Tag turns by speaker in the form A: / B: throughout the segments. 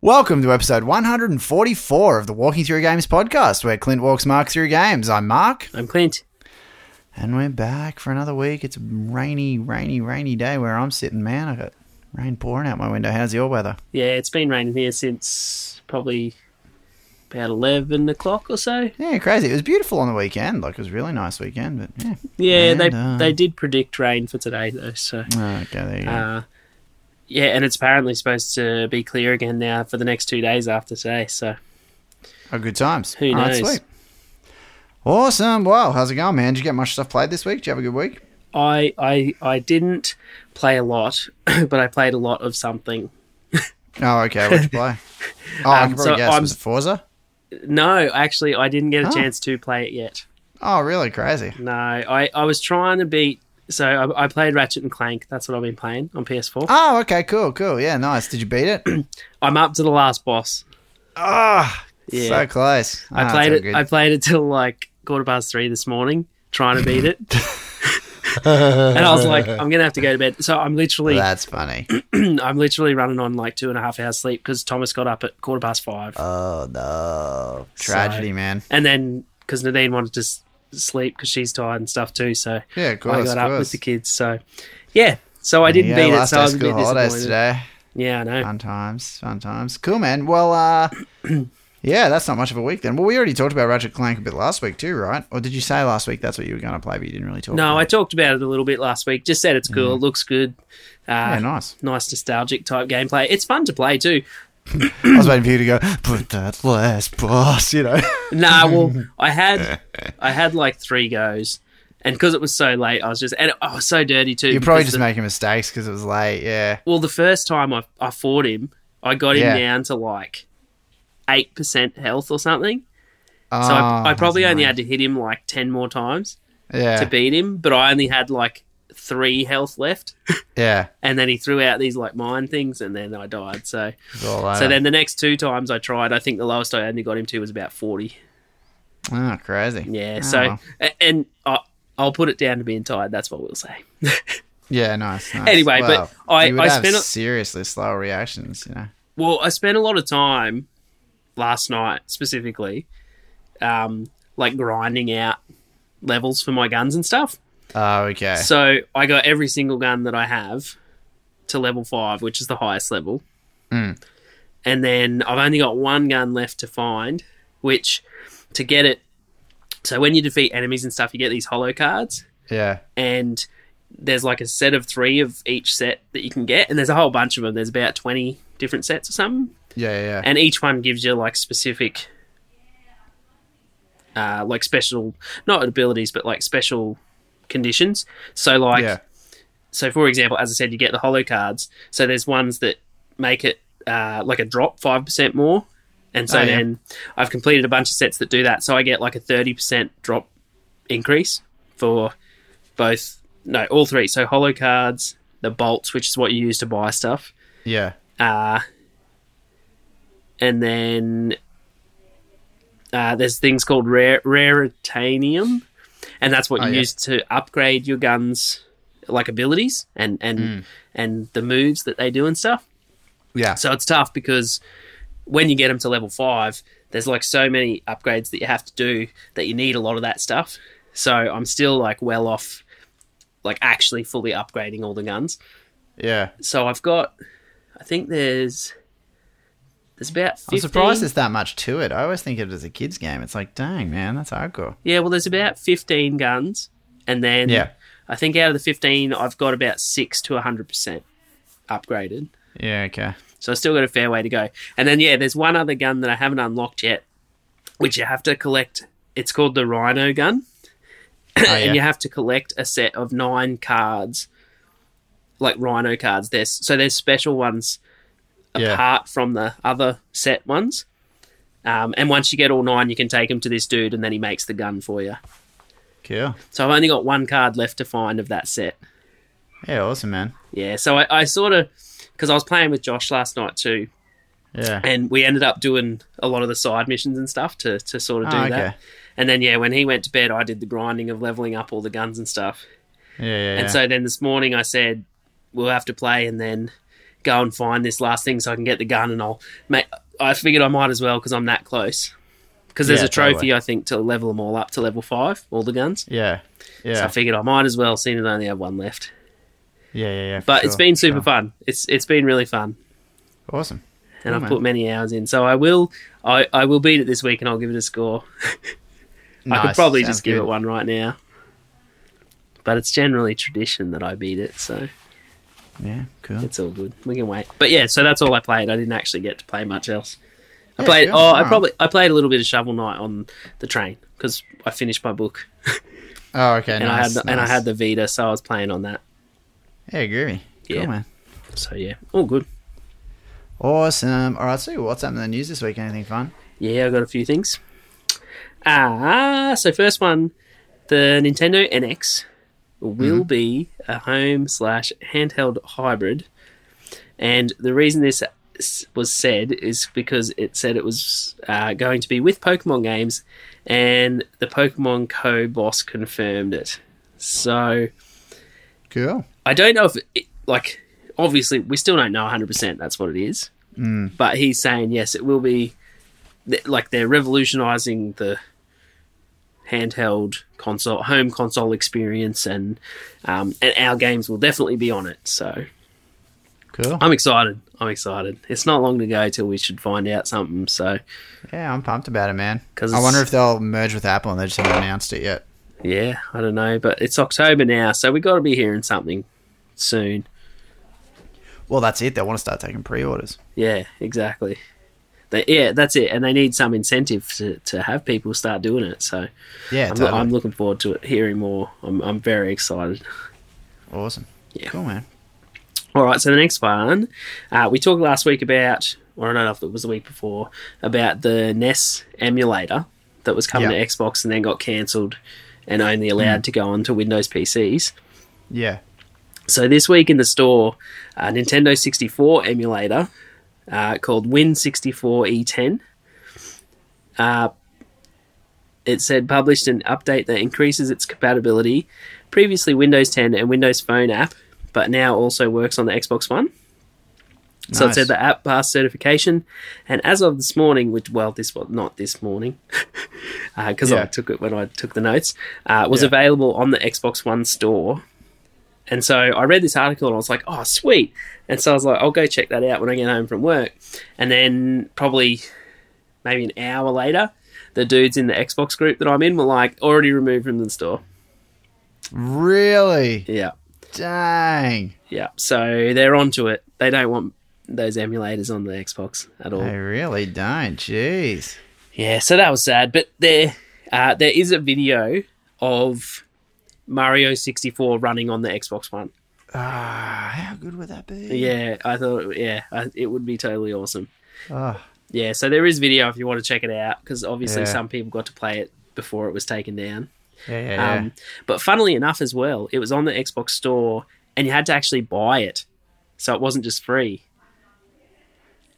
A: Welcome to episode 144 of the Walking Through Games podcast, where Clint walks Mark through games. I'm Mark,
B: I'm Clint.
A: and we're back for another week. It's a rainy, rainy, rainy day where I'm sitting, man. I got rain pouring out my window. How's your weather?
B: Yeah, it's been raining here since probably about 11 o'clock or so.
A: Yeah, crazy. It was beautiful on the weekend. Like, it was a really nice weekend, but yeah.
B: Yeah, they
A: And, uh,
B: they did predict rain for today, though. So,
A: Okay, there you go.
B: uh, yeah, and it's apparently supposed to be clear again now for the next two days after today. So,
A: Oh, good times.
B: who
A: All right,
B: knows?
A: sweet. Awesome. Wow, how's it going, man? Did you get much stuff played this week? Did you have a good week?
B: I, I, I didn't play a lot, but I played a lot of something.
A: Oh, okay. What'd you play? Oh, I
B: Um,
A: can probably
B: so
A: guess.
B: I'm-
A: was it Forza?
B: No, actually, I didn't get a
A: Oh.
B: chance to play it yet.
A: Oh, really? Crazy.
B: No, I, I was trying to beat. So, I, I played Ratchet and Clank. That's what I've been playing on PS4.
A: Oh, okay. Cool, cool. Yeah, nice. Did you beat it?
B: I'm up to the last boss.
A: Ah,
B: Yeah.
A: so close.
B: I
A: Ah,
B: played
A: it's all
B: it. I played it till like quarter past three this morning, trying to beat it. and I was like, I'm gonna have to go to bed. So I'm literally,
A: That's funny.
B: I'm literally running on like two and a half hours sleep because Thomas got up at quarter past five,
A: Oh no, tragedy, man.
B: and then because Nadine wanted to s- sleep because she's tired and stuff too. So
A: Yeah, of course.
B: I
A: of
B: got up
A: course.
B: with the kids. So yeah, so I didn't
A: yeah,
B: beat it.
A: last
B: So
A: day of
B: I was a
A: school
B: bit
A: holidays
B: disappointed.
A: today.
B: Yeah, I know.
A: Fun times, fun times. Cool, man. Well, uh, yeah, that's not much of a week then. Well, we already talked about Ratchet Clank a bit last week too, right? Or did you say last week that's what you were going to play, but you didn't really talk?
B: No,
A: about
B: I
A: it?
B: talked about it a little bit last week. Just said it's cool. It looks good. Uh,
A: Mm. Yeah, nice.
B: nice nostalgic type gameplay. It's fun to play too.
A: I was waiting for you to go, but that last boss, you know.
B: Nah, well, I had I had like three goes, and because it was so late, I was just and I was so dirty too.
A: You're probably
B: because
A: just
B: the-
A: making mistakes because it was late. Yeah.
B: well, the first time I I fought him, I got him
A: Yeah.
B: down to like eight percent health or something. So
A: Ah,
B: I, I probably only had to hit him like ten more times
A: Oh, yeah,
B: to beat him, but I only had like three health left,
A: yeah.
B: and then he threw out these like mine things, and then I died. So
A: It was all
B: so
A: over.
B: then the next two times I tried, I think the lowest I only got him to was about forty.
A: Oh, crazy.
B: Yeah.
A: Oh,
B: so,
A: well.
B: a- and I, I'll put it down to being tired. That's what we'll say.
A: Yeah, nice. nice.
B: Anyway, but I-
A: you would
B: I
A: have
B: spent a-
A: seriously slow reactions. You know,
B: well, I spent a lot of time last night, specifically, um, like grinding out levels for my guns and stuff.
A: oh okay,
B: So I got every single gun that I have to level five, which is the highest level.
A: Mm.
B: And then I've only got one gun left to find, which to get it. So when you defeat enemies and stuff, you get these hollow cards.
A: yeah,
B: and there's like a set of three of each set that you can get, and there's a whole bunch of them. There's about twenty different sets or something,
A: yeah, yeah, yeah.
B: and each one gives you like specific, uh, like special not abilities, but like special conditions. So like,
A: yeah.
B: so for example, as I said, you get the hollow cards. So there's ones that make it uh, like a drop five percent more, and so
A: Oh, yeah.
B: then I've completed a bunch of sets that do that. So I get like a thirty percent drop increase for both no all three. So hollow cards, the bolts, which is what you use to buy stuff,
A: yeah.
B: uh, and then uh, there's things called rare raritanium, and that's what
A: Oh,
B: you
A: yeah.
B: use to upgrade your guns, like abilities and and
A: Mm.
B: and the moves that they do and stuff.
A: Yeah.
B: So it's tough because when you get them to level five, there's like so many upgrades that you have to do that you need a lot of that stuff. So I'm still like well off, like actually fully upgrading all the guns
A: yeah.
B: so I've got, I think there's, there's about 15.
A: I'm surprised there's that much to it. I always think of it as a kids' game. It's like, dang, man, that's hardcore.
B: Yeah, well, there's about 15 guns, and then
A: Yeah.
B: I think out of the 15, I've got about six to 100 percent upgraded.
A: Yeah, okay.
B: So I still got a fair way to go. And then yeah, there's one other gun that I haven't unlocked yet, which you have to collect. It's called the Rhino gun,
A: Oh,
B: and you
A: yeah.
B: have to collect a set of nine cards, like Rhino cards. There's so there's special ones
A: yeah.
B: apart from the other set ones. Um, and once you get all nine, you can take them to this dude, and then he makes the gun for you.
A: Cool.
B: So I've only got one card left to find of that set.
A: Yeah, awesome, man.
B: Yeah, so I, I sort of, because I was playing with Josh last night too,
A: Yeah.
B: and we ended up doing a lot of the side missions and stuff to, to sort of do
A: Oh, okay.
B: that. And then, yeah, when he went to bed, I did the grinding of leveling up all the guns and stuff.
A: Yeah, yeah, yeah.
B: And so then this morning I said, we'll have to play, and then go and find this last thing so I can get the gun and I'll make. I figured I might as well because I'm that close. Because there's
A: Yeah,
B: a trophy,
A: totally.
B: I think, to level them all up to level five, all the guns.
A: Yeah. Yeah.
B: So I figured I might as well, seeing as I only have one left.
A: yeah. Yeah. Yeah. for
B: But it's
A: sure,
B: been
A: for
B: super
A: sure.
B: fun. It's it's been really fun,
A: Awesome. Cool,
B: and I've
A: Oh, man.
B: put many hours in. So I will, I, I will beat it this week, and I'll give it a score. I could
A: Nice,
B: probably
A: sounds
B: just give
A: good.
B: it one right now. But it's generally tradition that I beat it, so
A: Yeah. Cool.
B: it's all good. We can wait. But yeah, so that's all I played. I didn't actually get to play much else. I
A: Yeah,
B: played.
A: yeah,
B: oh, I
A: alright.
B: probably I played a little bit of Shovel Knight on the train because I finished my book
A: Oh, okay.
B: and I had
A: nice,
B: the, and I
A: nice.
B: had the Vita, so I was playing on that.
A: Yeah, groovy.
B: Yeah.
A: Cool, man.
B: So yeah, all good.
A: Awesome. All right, so what's happening in the news this week? Anything fun?
B: Yeah, I got a few things. Ah, so first one, the Nintendo NX will be a home slash handheld hybrid, and the reason this s- was said is because it said it was uh, going to be with Pokemon games, and the Pokemon Co boss confirmed it. So
A: Cool.
B: I don't know if it, like obviously we still don't know 100% that's what it is. Mm. But he's saying yes it will be th- like they're revolutionizing the handheld console home console experience and um, and our games will definitely be on it. So
A: Cool.
B: I'm excited. I'm excited. It's not long to go till we should find out something. So
A: Yeah, I'm pumped about it, man.
B: 'Cause
A: I
B: it's-
A: wonder if they'll merge with Apple and they just haven't announced it yet.
B: yeah, I don't know, but it's October now, so we got to be hearing something soon.
A: Well, that's it. They want to start taking pre-orders.
B: Yeah, exactly. They, yeah, that's it. And they need some incentive to, to have people start doing it. So
A: Yeah,
B: I'm,
A: totally.
B: I'm looking forward to it, hearing more. I'm, I'm very excited.
A: awesome.
B: Yeah.
A: Cool, man.
B: All right, so the next one, uh, we talked last week about, or I don't know if it was the week before, about the NES emulator that was coming
A: Yeah. Hmm.
B: to Xbox and then got cancelled and only allowed to go onto Windows PCs.
A: Yeah.
B: So this week in the store, a Nintendo 64 emulator uh, called Win64E10. Uh, it said published an update that increases its compatibility. Previously Windows 10 and Windows Phone app, but now also works on the Xbox One. So it
A: Nice.
B: said the app passed certification, and as of this morning, which well, this was not this morning, because Uh, I
A: Yeah.
B: took it when I took the notes, uh, was
A: Yeah.
B: available on the Xbox One store. And so I read this article and I was like, oh, sweet. And so I was like, I'll go check that out when I get home from work. And then probably maybe an hour later, the dudes in the Xbox group that I'm in were like, already removed from the store.
A: Really?
B: Yeah.
A: Dang.
B: Yeah. So they're onto it. They don't want those emulators on the Xbox at all.
A: They really don't. Jeez.
B: Yeah, so that was sad. But there, uh, there is a video of Mario sixty four running on the Xbox One.
A: Ah, how good would that be?
B: Yeah, I thought, yeah, I, it would be totally awesome.
A: Oh,
B: Yeah, so there is video if you want to check it out because obviously
A: Yeah.
B: some people got to play it before it was taken down.
A: yeah, yeah, yeah.
B: Um, but funnily enough, as well, it was on the Xbox store and you had to actually buy it, so it wasn't just free.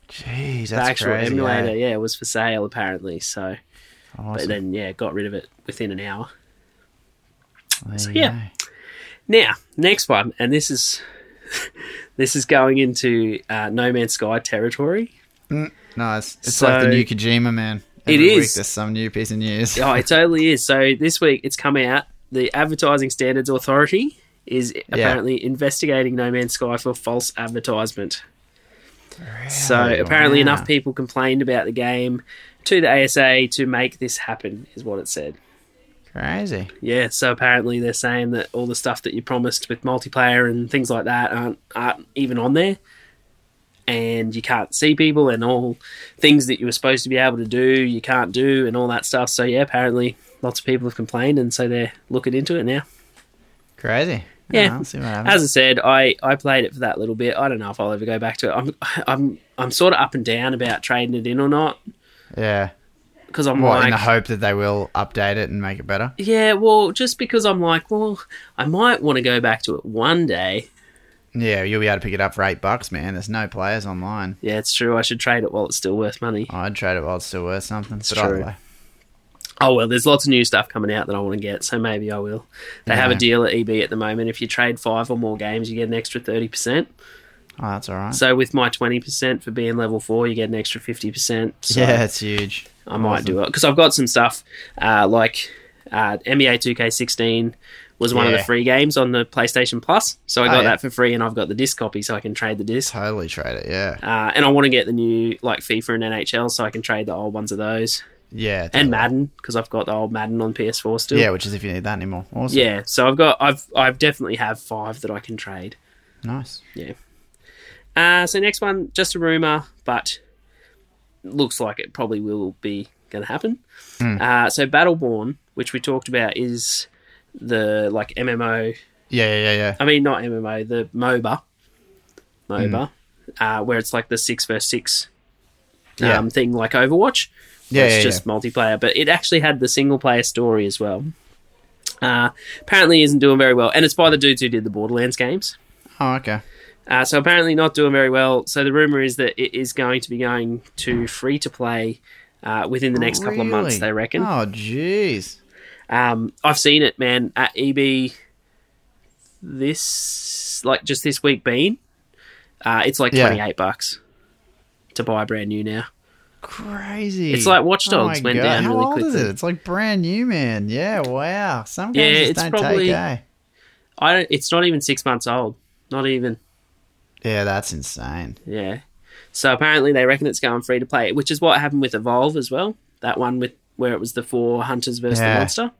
A: Jeez, that's
B: The actual
A: crazy.
B: emulator,
A: eh?
B: yeah, was for sale apparently. So, but
A: Awesome.
B: then yeah, got rid of it within an hour.
A: There you
B: yeah.
A: go.
B: Now, next one, and this is this is going into uh, No Man's Sky territory.
A: Nice. It's
B: So-
A: like the new Kojima, man.
B: It
A: Every
B: is.
A: Week there's some new piece of news.
B: Oh, it totally is. So this week it's come out. The Advertising Standards Authority is apparently investigating No Man's Sky for false advertisement. So
A: Really?
B: apparently
A: Wow.
B: enough people complained about the game to the ASA to make this happen is what it said.
A: Crazy.
B: Yeah, so apparently they're saying that all the stuff that you promised with multiplayer and things like that aren't aren't even on there, and you can't see people and all things that you were supposed to be able to do you can't do and all that stuff. So yeah, apparently lots of people have complained, and so they're looking into it now.
A: Crazy.
B: Yeah.
A: I'll see what happens.
B: As I said, I, I played it for that little bit. I don't know if I'll ever go back to it. I'm I'm I'm sort of up and down about trading it in or not
A: yeah.
B: because I'm
A: What,
B: like
A: in the hope that they will update it and make it better?
B: yeah, well, just because I'm like, well, I might want to go back to it one day.
A: Yeah, you'll be able to pick it up for eight bucks, man. There's no players online.
B: Yeah, it's true. I should trade it while it's still worth money.
A: I'd trade it while it's still worth something. But
B: true.
A: I'd-
B: Oh well, there's lots of new stuff coming out that I want to get, so maybe I will. They have a E
A: Yeah.
B: deal at EB at the moment. If you trade five or more games, you get an extra thirty percent.
A: Oh, that's all right.
B: So with my twenty percent for being level four, you get an extra fifty percent. So
A: yeah, it's huge.
B: I might do it because I've got some stuff uh, like uh, NBA Two K sixteen was one of
A: Yeah.
B: the free games on the PlayStation Plus, so I
A: Oh,
B: got
A: yeah.
B: that for free, and I've got the disc copy, so I can trade the disc.
A: Totally trade it. Yeah.
B: Uh, and I want to get the new like FIFA and NHL, so I can trade the old ones of those
A: Yeah. Totally.
B: and Madden because I've got the old Madden on PS4 still.
A: Yeah, which is if you need that anymore. Awesome.
B: Yeah, so I've got I've I've definitely have five that I can trade.
A: Nice.
B: Uh, so next one, just a rumor, but looks like it probably will be going to happen.
A: Hmm.
B: Uh, so Battleborn, which we talked about, is the like MMO.
A: Yeah, yeah, yeah, yeah.
B: I mean, not MMO, the MOBA,
A: Hmm.
B: MOBA, uh, where it's like the six versus six um,
A: Yeah.
B: thing, like Overwatch.
A: Yeah,
B: it's
A: yeah,
B: just multiplayer, but it actually had the single player story as well. Uh, apparently, isn't doing very well, and it's by the dudes who did the Borderlands games.
A: Oh, okay.
B: Uh, so apparently not doing very well. So the rumor is that it is going to be going to free to play uh, within the next couple of months.
A: Really?
B: They reckon.
A: Oh, jeez.
B: Um, I've seen it, man, at EB. This like just this week been, uh, it's like
A: Yeah.
B: twenty eight bucks to buy brand new now.
A: Crazy.
B: It's like Watch
A: Oh
B: Dogs
A: my
B: went
A: God.
B: down
A: How
B: really
A: old is
B: quickly.
A: it? It's like brand new, man. Yeah, wow. Some
B: Yeah,
A: games
B: it's
A: just don't
B: probably-
A: take, eh?
B: I don't, it's not even six months old. Not even.
A: Yeah, that's insane.
B: Yeah. So apparently they reckon it's going free to play, which is what happened with Evolve as well. That one with where it was the four hunters versus
A: Yeah.
B: the monster.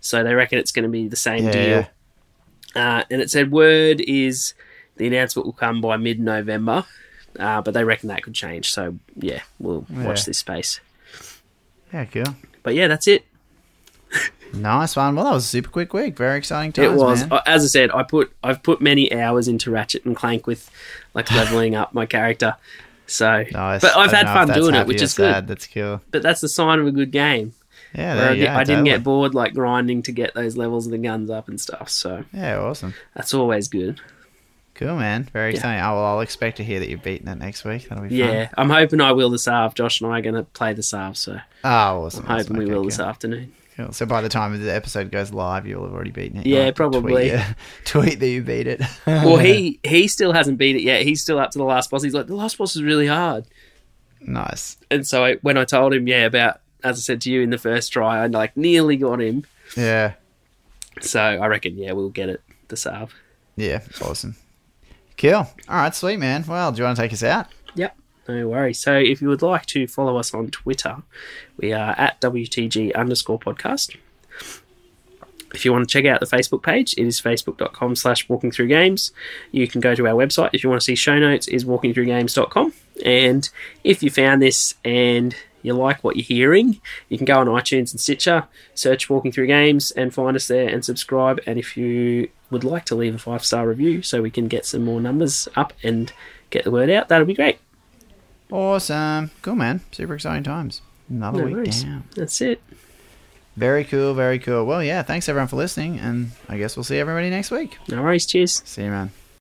B: So they reckon it's going to be the same
A: Yeah,
B: deal. Uh, and it said word is the announcement will come by mid November, uh, but they reckon that could change. So yeah, we'll watch
A: Yeah.
B: this space.
A: yeah, cool.
B: But yeah, that's it.
A: Nice one. Well, that was a super quick week. Very exciting times,
B: It was
A: man.
B: uh, as I said. I put I've put many hours into Ratchet and Clank with like leveling up my character. So,
A: Nice.
B: but I've
A: I don't
B: had
A: know if
B: fun
A: that's
B: doing it,
A: happy
B: which
A: or
B: is good.
A: sad. That's cool.
B: But that's the sign of a good game.
A: Yeah,
B: Where
A: there
B: I,
A: you
B: di-
A: go.
B: I didn't get
A: totally.
B: bored like grinding to get those levels of the guns up and stuff. So
A: Yeah, awesome.
B: that's always good.
A: Cool, man. Very exciting. Oh, well, I'll expect to hear that you've beaten it next week. That'll be
B: Yeah,
A: fun.
B: I'm hoping I will this afternoon. Josh and I are going to play this afternoon, so
A: Oh, awesome.
B: I'm
A: awesome.
B: hoping we
A: Okay,
B: will
A: cool.
B: this afternoon.
A: Cool. So by the time the episode goes live, you'll have already beaten it.
B: Yeah,
A: You'll have to
B: probably.
A: Tweet, it- tweet that you beat it.
B: Well, he he still hasn't beat it yet. He's still up to the last boss. He's like the last boss is really hard.
A: nice.
B: And so I, when I told him, yeah, about as I said to you in the first try, I like nearly got him.
A: Yeah.
B: So I reckon, yeah, we'll get it this afternoon.
A: Yeah, awesome. Cool. All right, sweet man. Well, do you want to take us out?
B: Yep, no worries. So if you would like to follow us on Twitter, we are at WTG underscore podcast. If you want to check out the Facebook page, it is facebook.com slash walking through games. You can go to our website. If you want to see show notes, is walkingthroughgames.com. And if you found this and you like what you're hearing, you can go on iTunes and Stitcher, search Walking Through Games, and find us there and subscribe. And if you would like to leave a five star review so we can get some more numbers up and get the word out, that'll be great.
A: Awesome. Cool, man. Super exciting times. Another
B: No
A: week
B: worries.
A: down.
B: That's it.
A: Very cool. Very cool. Well, yeah. Thanks everyone for listening, and I guess we'll see everybody next week.
B: No worries. Cheers.
A: See you, man.